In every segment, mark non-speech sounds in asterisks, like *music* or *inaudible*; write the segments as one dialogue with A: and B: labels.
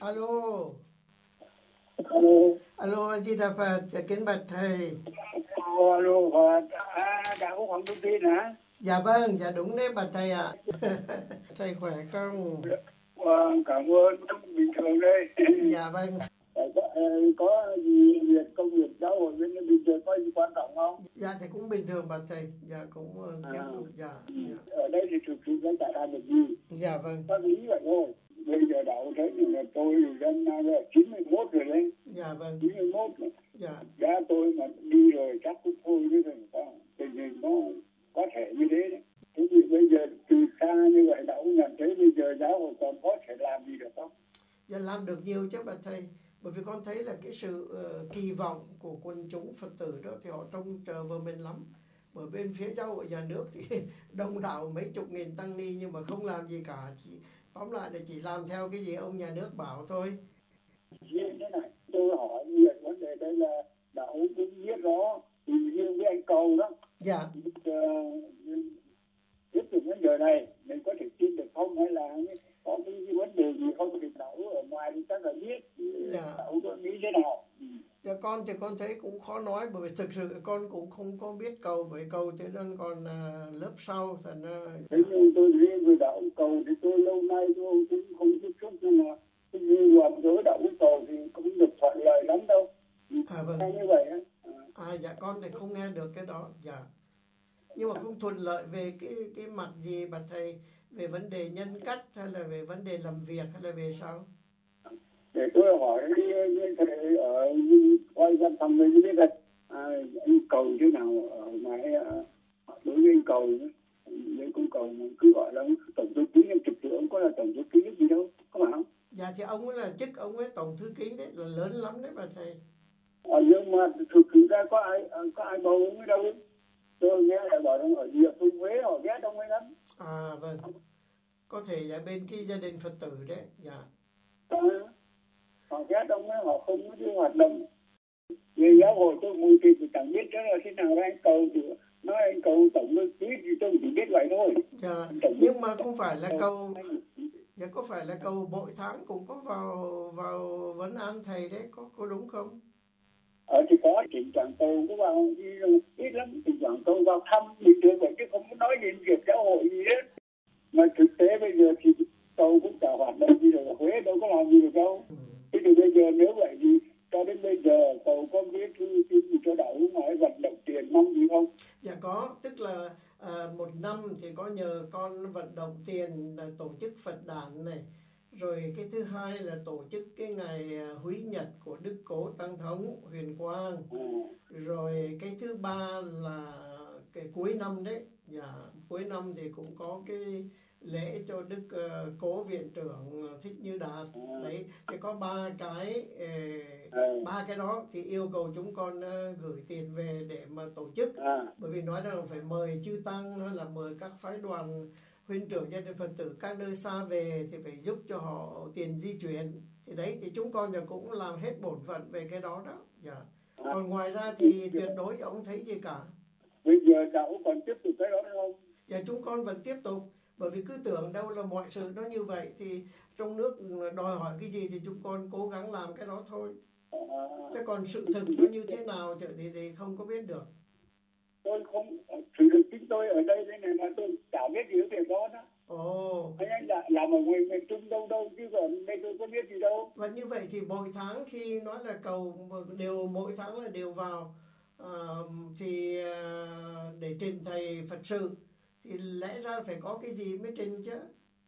A: Alo, alo A Di Đà Phật, để kính bạch thầy.
B: Alo, alo, Phật. À, đạo của Hoàng Đức Tin hả?
A: Dạ vâng, dạ đúng đấy bạch thầy ạ. *laughs* thầy khỏe không?
B: Vâng, cảm ơn, cũng bình thường đây.
A: Dạ vâng,
B: Ờ, có, ờ, có gì việc công việc giáo hội bên bình thường có gì quan trọng không?
A: dạ thì cũng bình thường bạch thầy, dạ cũng ờ, tiếp tục, dạ, dạ.
B: Ở đây thì thực sự nó chả ra được gì.
A: Dạ vâng,
B: Pháp lý vậy thôi. Bây giờ đạo thấy thì là tôi thì dân nay là 91 rồi đấy,
A: dạ vâng,
B: 91 rồi.
A: dạ,
B: Giá tôi mà đi rồi chắc cũng thôi chứ thành ra tình hình nó có thể như thế đấy. Thế thì bây giờ từ xa như vậy đã cũng nhận thấy bây giờ giáo hội còn có thể làm gì được không?
A: dạ làm được nhiều chứ bạch thầy. Bởi vì con thấy là cái sự ờ, kỳ vọng của quần chúng Phật tử đó thì họ trông chờ vào mình lắm. Bởi bên phía giáo hội nhà nước thì *laughs* đông đảo mấy chục nghìn tăng ni nhưng mà không làm gì cả. Chỉ, tóm lại là chỉ làm theo cái gì ông nhà nước bảo thôi.
B: Như thế này, tôi hỏi về vấn đề đây là đã cũng biết rõ thì riêng với anh cầu đó
A: Dạ,
B: ờ, tiếp tục đến giờ này mình có thể tin được không hay là có cái cái vấn đề gì không thì đậu ở ngoài thì chắc là biết
A: Dạ.
B: đậu tôi nghĩ thế nào Ừ.
A: Dạ con thì con thấy cũng khó nói bởi vì thực sự con cũng không có biết cầu với cầu cho nên còn à, lớp sau ờ, thành ra
B: thế nhưng tôi riêng về đạo cầu thì tôi lâu nay tôi cũng không- không tiếp xúc nhưng mà cái gì gặp gỡ đạo cầu thì cũng được thuận lợi lắm đâu
A: à vâng
B: hay như vậy á Ờ.
A: à dạ con thì không nghe được cái đó dạ nhưng mà không thuận lợi về cái cái mặt gì bà thầy về vấn đề nhân cách hay là về vấn đề làm việc hay là về sao
B: để tôi hỏi đi liên hệ ở quay văn phòng mình biết là à, anh cầu thế nào ở ngoài ở- đối với anh cầu với cung cầu mình cứ gọi là ông tổng thư ký nhưng thực sự ông có là tổng thư ký gì đâu có phải không
A: dạ thì ông ấy là chức ông ấy tổng thư ký đấy là lớn lắm đấy bà thầy
B: à, nhưng mà thực sự ra có ai ờ, có ai bầu ông ấy đâu tôi nghe là bảo rằng ở địa phương huế họ ghét ông ấy lắm
A: à vâng có thể là bên kia gia đình phật tử đấy dạ
B: Ờ, họ ghét ông ấy họ không có đi hoạt động về giáo hội tôi mùi thì tôi chẳng biết đó là thế nào đó anh cầu thì nói anh cầu tổng thư ký thì tôi chỉ biết vậy thôi
A: dạ nhưng mà không phải là cầu Dạ có phải là cầu mỗi tháng cũng có vào vào vấn an thầy đấy có có đúng không?
B: ở Ờ, thì có thỉnh thoảng cầu cứ vào đi rồi, ít lắm thỉnh thoảng cầu vào thăm bình thường vậy chứ không có nói đến việc giáo hội gì hết mà thực tế bây giờ thì cầu cũng chả hoạt động gì được ở Huế đâu có làm gì được đâu
A: Ừ.
B: thế thì bây giờ nếu vậy thì cho đến bây giờ cầu có biết thư xin gì cho đạo ngoài vận động tiền mong gì không
A: Dạ có, tức là à, một năm thì có nhờ con vận động tiền là tổ chức Phật đản này, rồi cái thứ hai là tổ chức cái ngày à, húy nhật của Đức Cố Tăng Thống Huyền Quang,
B: Ừ.
A: rồi cái thứ ba là cái cuối năm đấy, dạ cuối năm thì cũng có cái lễ cho Đức ờ, Cố Viện trưởng ờ, Thích Như Đạt đấy thì có ba cái eh,
B: Ừ.
A: ba cái đó thì yêu cầu chúng con ờ, gửi tiền về để mà tổ chức
B: à
A: bởi vì nói rằng phải mời chư tăng hay là mời các phái đoàn huynh trưởng gia đình phật tử các nơi xa về thì phải giúp cho họ tiền di chuyển thì đấy thì chúng con giờ cũng làm hết bổn phận về cái đó đó dạ. còn ngoài ra thì tuyệt đối ông thấy gì cả
B: bây giờ đạo còn tiếp tục cái đó nữa không
A: và chúng con vẫn tiếp tục bởi vì cứ tưởng đâu là mọi sự nó như vậy thì trong nước đòi hỏi cái gì thì chúng con cố gắng làm cái đó thôi
B: à,
A: chứ còn sự thực nó như thế nào thì, thì, thì không có biết được
B: tôi không ờ, sự được chính tôi ở đây thế này mà tôi chả biết gì về đó đó
A: ồ
B: anh anh đã làm ở ngoài miền trung đâu đâu chứ còn đây tôi có biết gì đâu
A: và như vậy thì mỗi tháng khi nói là cầu mà đều mỗi tháng là đều vào ờ, thì ờ, để trình thầy Phật sự thì lẽ ra phải có cái gì mới trình chứ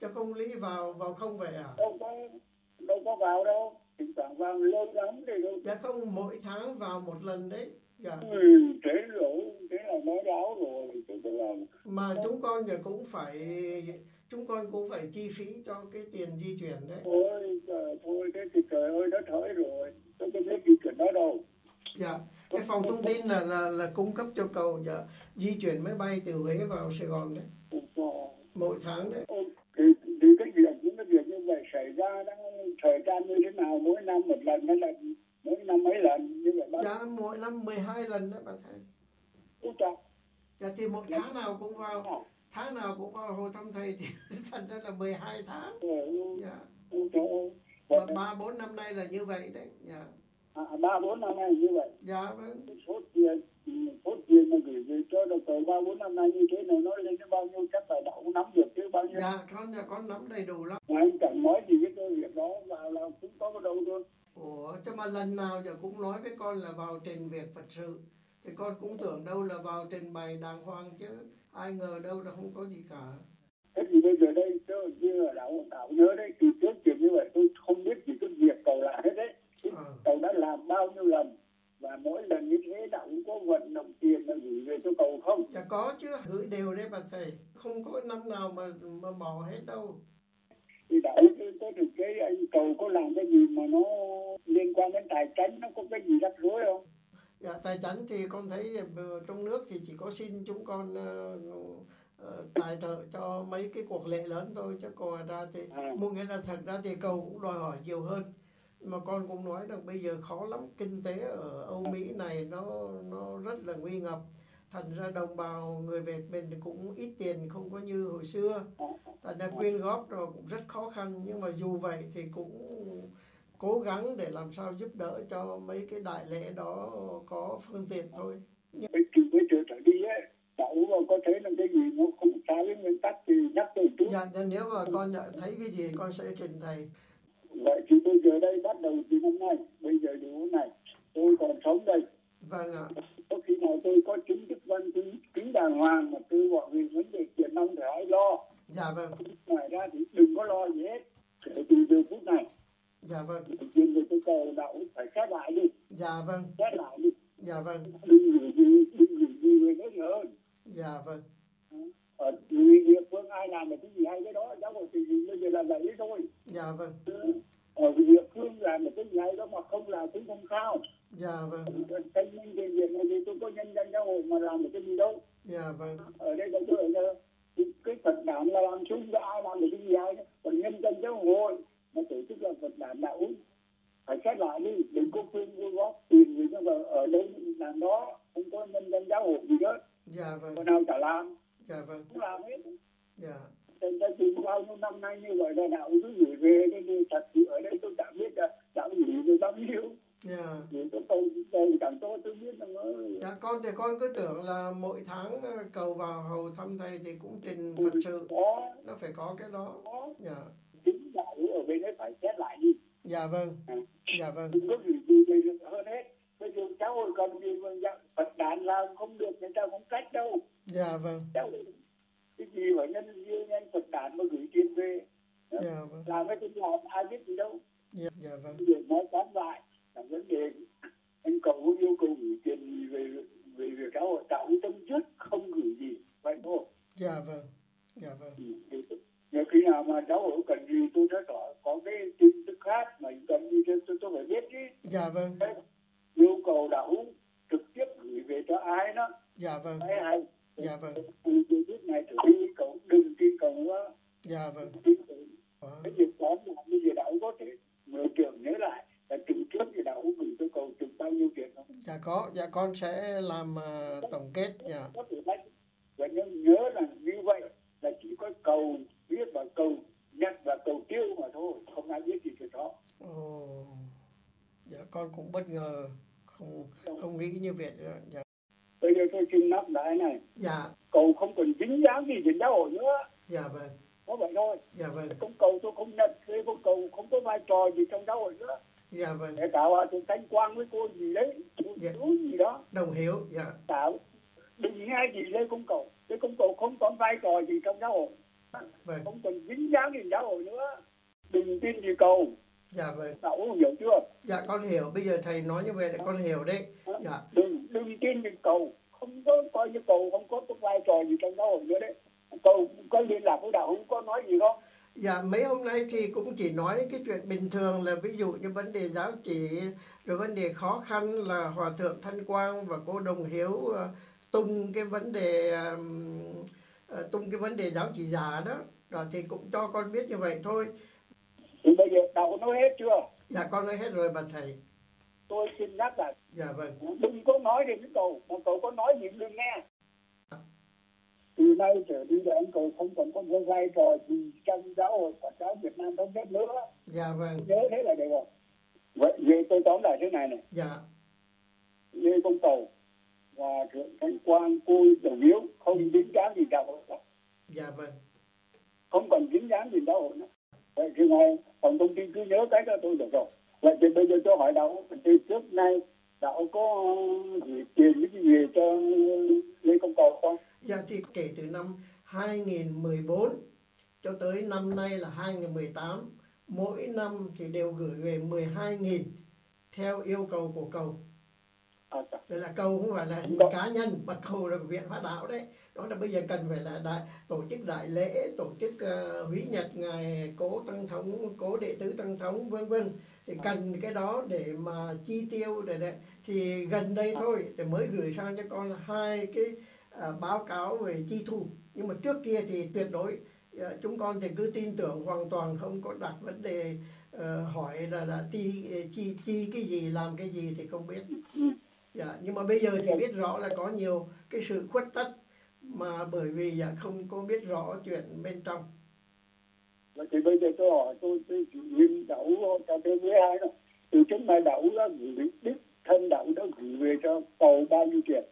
A: chứ không lý vào vào không vậy à
B: đâu có đâu có vào đâu thỉnh thoảng vào lâu lắm thì đâu
A: dạ không mỗi tháng vào một lần đấy dạ
B: ừ, thế rồi thế là nói láo rồi tôi bảo là
A: mà chúng con giờ cũng phải chúng con cũng phải chi phí cho cái tiền di chuyển đấy
B: ôi trời thôi thế thì trời ơi đất hỡi rồi tôi có biết gì chuyện đó đâu
A: dạ cái phòng thông tin là là là cung cấp cho cầu dạ di chuyển máy bay từ Huế vào Sài Gòn đấy
B: Ôi trời.
A: mỗi tháng đấy
B: Ôi, thì, thì cái việc những cái việc như vậy xảy ra nó thời gian như thế nào mỗi năm một lần hay là mỗi năm mấy lần như vậy bác
A: dạ mỗi năm 12 lần đấy bà thầy
B: cũng cho
A: dạ thì mỗi tháng nào cũng vào *laughs*
B: Ừ,
A: tháng nào cũng vào hồi thăm thầy thì thành ra là 12 tháng dạ
B: trời ơi
A: và ba bốn năm nay là như vậy đấy dạ
B: à, ba bốn năm nay như vậy
A: dạ vâng
B: cái số tiền ừ, số tiền mà gửi về cho đầu cầu ba bốn năm nay như thế này nói lên đến bao nhiêu chắc là đã cũng nắm được chứ bao nhiêu
A: dạ con nhà con nắm đầy đủ lắm
B: mà anh chẳng nói gì với tôi việc đó là là cũng có cái đầu thôi
A: ủa cho mà lần nào giờ cũng nói với con là vào trình việc phật sự thì con cũng tưởng đâu là vào trình bày đàng hoàng chứ ai ngờ đâu là không có gì cả
B: thế thì bây giờ đây chứ như là đạo đạo nhớ đấy từ trước chuyện như vậy tôi không biết gì cái việc cầu là hết đấy Chứ
A: Ờ.
B: cầu đã làm bao nhiêu lần và mỗi lần như thế đạo cũng có vận động tiền là gửi về cho cầu không
A: dạ có chứ gửi đều đấy bà thầy không có năm nào mà mà bỏ hết đâu
B: thì đạo cứ có được cái anh cầu có làm cái gì mà nó liên quan đến tài chính nó có cái gì rắc rối không
A: Dạ, tài chánh thì con thấy ờ, trong nước thì chỉ có xin chúng con ờ, ờ, tài trợ cho mấy cái cuộc lễ lớn thôi chứ còn ra thì
B: à,
A: một nghĩa là thật ra thì cầu cũng đòi hỏi nhiều hơn mà con cũng nói rằng bây giờ khó lắm kinh tế ở Âu Mỹ này nó nó rất là nguy ngập thành ra đồng bào người Việt mình thì cũng ít tiền không có như hồi xưa thành ra quyên góp rồi cũng rất khó khăn nhưng mà dù vậy thì cũng cố gắng để làm sao giúp đỡ cho mấy cái đại lễ đó có phương tiện thôi
B: với từ với trở trở đi ấy đạo mà có thể là cái gì nó không trái với nguyên tắc thì nhắc từ trước
A: dạ nên nếu mà con nhận thấy cái gì con sẽ trình thầy
B: vậy thì bây giờ đây bắt đầu từ năm nay bây giờ điều này tôi còn sống đây
A: vâng ạ
B: có khi nào tôi có chính thức văn tính tính đàng hoàng mà tôi gọi về vấn đề tiền nông để hãy lo
A: dạ vâng
B: ngoài ra thì đừng có lo gì hết kể từ giờ phút này
A: dạ vâng
B: chuyện về tôi cầu đạo phải xét lại đi
A: dạ vâng
B: xét lại đi
A: dạ vâng
B: đừng gửi gì đừng gửi gì về đấy nữa
A: dạ vâng
B: ở tùy địa phương ai làm được cái gì hay cái đó giáo hội tình hình bây giờ là vậy đấy thôi
A: dạ vâng
B: ở địa phương làm được cái gì hay đó mà không làm cũng không sao
A: dạ vâng
B: cái nhân viên việc này thì tôi có nhân dân giáo hội mà làm được cái gì đâu
A: dạ vâng
B: ở đây là tôi ở đây thì cái phật đản là làm chung với ai làm được cái gì ai còn nhân dân giáo hội mà tổ chức là phật đản đạo phải xét lại đi đừng có khuyên vô góp tiền gì nhưng mà ở đây làm đó không có nhân dân giáo hội gì đó
A: dạ vâng
B: còn nào chả làm
A: dạ vâng
B: cũng làm hết
A: dạ
B: thành ra từ bao nhiêu năm nay như vậy là đạo cứ gửi về nên thì thật sự ở đây tôi chẳng biết là đạo gửi về bao nhiêu
A: dạ
B: gửi cho tôi tôi chẳng tôi tôi biết là nó
A: dạ con thì con cứ tưởng là mỗi tháng ờ, cầu vào hầu thăm thầy thì cũng trình phật sự
B: có
A: nó phải có cái đó
B: có
A: dạ
B: chính đạo ở bên đấy phải xét lại đi
A: dạ vâng
B: Ừ.
A: dạ vâng
B: đừng có gửi gì về được hơn hết bây giờ cháu hồi còn gì mà dạ, phật đàn làm không được người ta cũng cách đâu
A: dạ vâng
B: cháu cái gì mà nhân viên nhân phật đàn mà gửi tiền về
A: dạ vâng
B: làm cái tính làm ai biết gì đâu
A: dạ, dạ vâng
B: bây giờ nói tóm lại là vấn đề anh cầu cũng yêu cầu gửi tiền gì về về việc giáo hội tạo cái tâm trước không gửi gì vậy thôi Ừ,
A: dạ vâng dạ vâng
B: nhiều khi nào mà giáo hội cần gì tôi sẽ có có cái tin tức khác mà cần gì tôi tôi, tôi phải biết chứ
A: dạ vâng
B: Đấy, yêu cầu đạo trực tiếp gửi về cho ai đó
A: dạ vâng
B: ai hay
A: dạ vâng
B: Ừ, tôi biết này thì đi cầu đừng tin cầu nữa
A: dạ vâng
B: Tin cầu.
A: Ờ,
B: cái việc đó là bây giờ đạo có thể người trưởng nhớ lại là từ trước thì đạo gửi cho cầu chừng bao nhiêu tiền không
A: dạ có dạ con sẽ làm ờ, tổng kết dạ
B: có thể đánh và nhớ nhớ là như vậy là chỉ có cầu biết và cầu nhận và cầu tiêu mà thôi không ai biết gì từ đó
A: Ồ, dạ con cũng bất ngờ không không nghĩ như vậy nữa. dạ
B: bây giờ tôi xin nắp lại này
A: dạ
B: cầu không cần dính dáng gì đến giáo hội nữa
A: dạ vâng
B: có vậy thôi
A: dạ vâng
B: cũng cầu tôi không nhận thế cũng cầu không có vai trò gì trong giáo hội nữa
A: dạ vâng
B: để tạo ra tôi tánh quang với cô gì đấy cô
A: Dạ.
B: chú gì đó
A: đồng hiểu dạ
B: tạo đừng nghe gì lên công cầu cái công cầu không có vai trò gì trong giáo hội
A: vâng
B: không cần dính dáng gì đến giáo hội nữa đừng tin gì cầu
A: dạ vâng
B: đạo hiểu chưa
A: dạ con hiểu bây giờ thầy nói như vậy là con hiểu đấy dạ
B: đừng đừng tin gì cầu không có coi như cầu không có cái vai trò gì trong giáo hội nữa đấy cầu có liên lạc với đạo không có nói gì không
A: Dạ, mấy hôm nay thì cũng chỉ nói cái chuyện bình thường là ví dụ như vấn đề giáo chỉ, rồi vấn đề khó khăn là Hòa Thượng Thanh Quang và cô Đồng Hiếu ờ, tung cái vấn đề ờm, ờ, tung cái vấn đề giáo chỉ giả đó. Rồi thì cũng cho con biết như vậy thôi.
B: thì bây giờ đạo nói hết chưa
A: Dạ, con nói hết rồi bà thầy.
B: tôi xin nhắc là
A: Dạ vâng,
B: đừng có nói gì với cậu mà cậu có nói gì đừng nghe từ nay trở đi là anh cậu không còn có một vai trò gì trong giáo hội Phật giáo Việt Nam thống nhất nữa
A: dạ vâng
B: nhớ thế là được rồi vậy về tôi tóm lại thế này này
A: dạ
B: lê công cầu và thượng thánh quang côi đồng hiếu không dính dáng gì đạo hội cả.
A: dạ vâng
B: không còn dính dáng gì đạo hội nữa vậy thì ngài tổng công ty cứ nhớ cái đó tôi được rồi vậy thì bây giờ tôi hỏi đạo thì trước nay đạo có gửi tiền cái gì về cho lê công cầu không
A: Dạ thì kể từ năm 2014 cho tới năm nay là 2018, mỗi năm thì đều gửi về 12.000 theo yêu cầu của cầu.
B: à, dạ.
A: Đây là cầu không phải là
B: Dạ.
A: cá nhân mà cầu là viện hóa đạo đấy. Đó là bây giờ cần phải là đại tổ chức đại lễ, tổ chức uh, húy nhật ngài cố tăng thống, cố đệ tứ tăng thống vân vân thì cần cái đó để mà chi tiêu để, để thì gần đây thôi thì mới gửi sang cho con hai cái à, báo cáo về chi thu nhưng mà trước kia thì tuyệt đối à, chúng con thì cứ tin tưởng hoàn toàn không có đặt vấn đề ờ, hỏi là đã chi chi chi cái gì làm cái gì thì không biết dạ, nhưng mà bây giờ thì biết rõ là có nhiều cái sự khuất tất mà bởi vì dạ, không có biết rõ chuyện bên trong
B: Vậy thì bây giờ tôi hỏi tôi tôi chỉ nhìn đậu cho tôi với hai đó. Từ trước nay đậu đó gửi đức thân đậu đó gửi về cho cầu bao nhiêu tiền?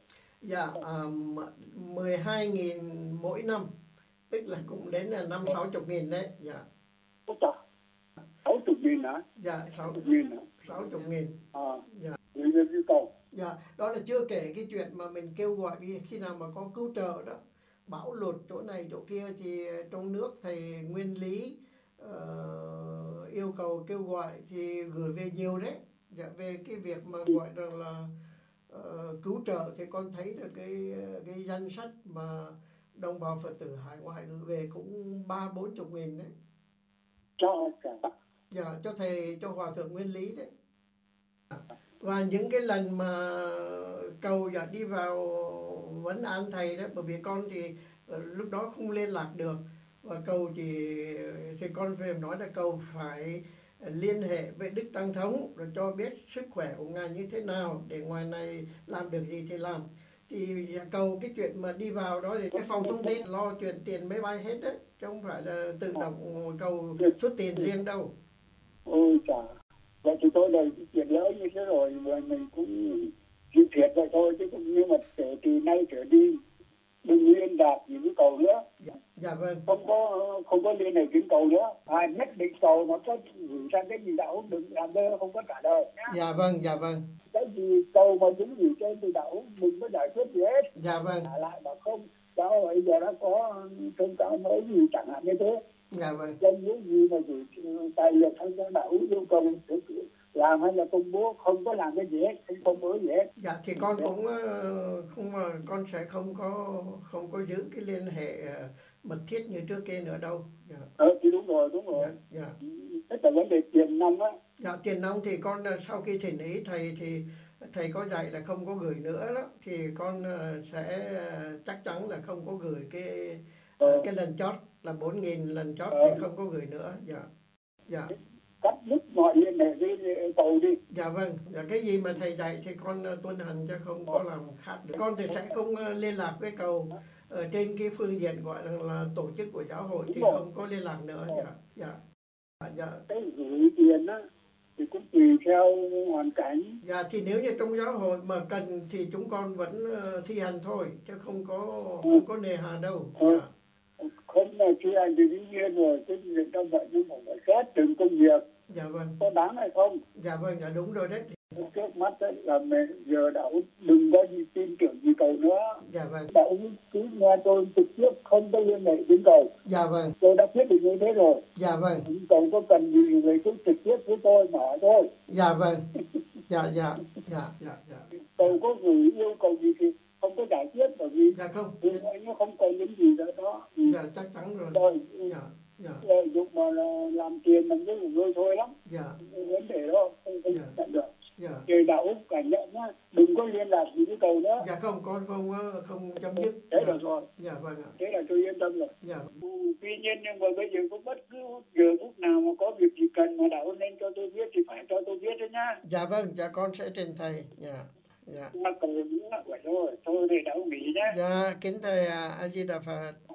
A: dạ à, m- 12.000 mỗi năm tức là cũng đến là năm sáu chục nghìn đấy dạ
B: Ôi trời, sáu chục nghìn hả?
A: dạ
B: Sáu
A: sáu
B: chục nghìn hả?
A: sáu chục nghìn
B: À,
A: Dạ.
B: gửi về cho cầu.
A: Dạ, đó là chưa kể cái chuyện mà mình kêu gọi đi khi nào mà có cứu trợ đó bão lụt chỗ này chỗ kia thì trong nước thầy nguyên lý ờ, yêu cầu kêu gọi thì gửi về nhiều đấy dạ, về cái việc mà gọi rằng là ờ, cứu trợ thì con thấy được cái cái danh sách mà đồng bào Phật tử hải ngoại gửi về cũng ba bốn chục nghìn đấy
B: Cho cả.
A: dạ, cho thầy cho hòa thượng nguyên lý đấy và những cái lần mà cầu dạ đi vào vấn an thầy đó bởi vì con thì ờ, lúc đó không liên lạc được và cầu chỉ thì con về nói là cầu phải liên hệ với đức tăng thống rồi cho biết sức khỏe của ngài như thế nào để ngoài này làm được gì thì làm thì dạ, cầu cái chuyện mà đi vào đó thì cái phòng thông tin lo chuyện tiền máy bay hết đấy chứ không phải là tự động cầu xuất tiền riêng đâu
B: Ôi trời. Vậy thì tôi đây chuyện lỡ như thế rồi mà mình cũng chịu thiệt vậy thôi chứ cũng nhưng mà kể từ nay trở đi đừng liên lạc gì với cầu nữa.
A: dạ, dạ vâng
B: không có không có liên hệ kiếm cầu nữa à, nhất định cầu nó có gửi sang cái gì đạo đừng làm đơ không có trả lời nhá
A: dạ vâng dạ vâng
B: cái gì cầu mà chúng gửi trên thì đạo đừng có giải quyết gì hết
A: dạ vâng
B: trả lại mà không xã hội giờ đã có thông cáo mới gì chẳng hạn như thế
A: dạ vâng
B: dân những gì mà gửi tài liệu sang cho đạo yêu cầu làm hay là công bố không có làm cái gì hết không công bố gì hết
A: dạ thì con cũng ờ, không mà con sẽ không có không có giữ cái liên hệ ờ, mật thiết như trước kia nữa đâu dạ
B: ờ thì đúng rồi đúng rồi
A: dạ dạ,
B: tất cả vấn đề tiền nong á
A: dạ tiền nong thì con ờ, sau khi thỉnh ý thầy thì thầy có dạy là không có gửi nữa đó thì con ờ, sẽ ờ, chắc chắn là không có gửi cái
B: Ờ.
A: cái lần chót là bốn nghìn lần chót
B: Ờ.
A: thì không có gửi nữa dạ dạ
B: cắt đứt mọi liên hệ với cầu đi
A: Dạ vâng, dạ, cái gì mà thầy dạy thì con ờ, tuân hành chứ không có làm khác được. Con thì sẽ không ờ, liên lạc với cầu ở trên cái phương diện gọi rằng là tổ chức của giáo hội thì
B: Đúng rồi.
A: không có liên lạc nữa. Dạ, dạ, dạ, dạ.
B: cái gửi tiền á thì cũng tùy theo hoàn cảnh
A: Dạ thì nếu như trong giáo hội mà cần thì chúng con vẫn ờ, thi hành thôi chứ không có không có nề hà đâu.
B: Ừ.
A: Dạ,
B: không là khi anh thì đương nhiên rồi cái việc trong vậy nhưng mà phải xét từng công việc
A: dạ vâng,
B: có đáng hay không
A: dạ vâng, dạ đúng rồi đấy.
B: trước mắt ấy là mình giờ đậu đừng có gì tin tưởng gì cầu nữa
A: Dạ vâng,
B: đậu cứ nghe tôi trực tiếp không có liên hệ đến cầu
A: dạ vâng,
B: tôi đã quyết định như thế rồi
A: dạ vâng,
B: cầu có cần gì thì cứ trực tiếp với tôi mà hỏi thôi
A: dạ vâng, dạ dạ, dạ, dạ, dạ.
B: cầu có gửi yêu cầu gì thì không có giải quyết bởi vì
A: Dạ không,
B: vì nó không còn những gì nữa đó ừ.
A: dạ chắc chắn rồi.
B: rồi
A: Dạ, dạ,
B: lợi dụng mà là làm tiền làm cái của ngươi thôi lắm
A: dạ.
B: vấn đề đó không không
A: Dạ.
B: nhận được
A: Dạ.
B: người đạo úc cảm nhận nhá đừng có liên lạc gì với cầu nữa
A: dạ không con không ờ, không chấm dứt
B: thế
A: dạ,
B: được rồi
A: dạ vâng ạ
B: thế là tôi yên tâm rồi
A: dạ
B: Ừ, tuy nhiên nhưng mà bây giờ có bất cứ giờ phút nào mà có việc gì cần mà đạo nên cho tôi biết thì phải cho tôi biết đấy nhá
A: dạ vâng dạ con sẽ trình thầy dạ dạ
B: mà cầu nữa vậy thôi thôi thì đạo nghỉ nhá
A: dạ kính thầy à, a di đà phật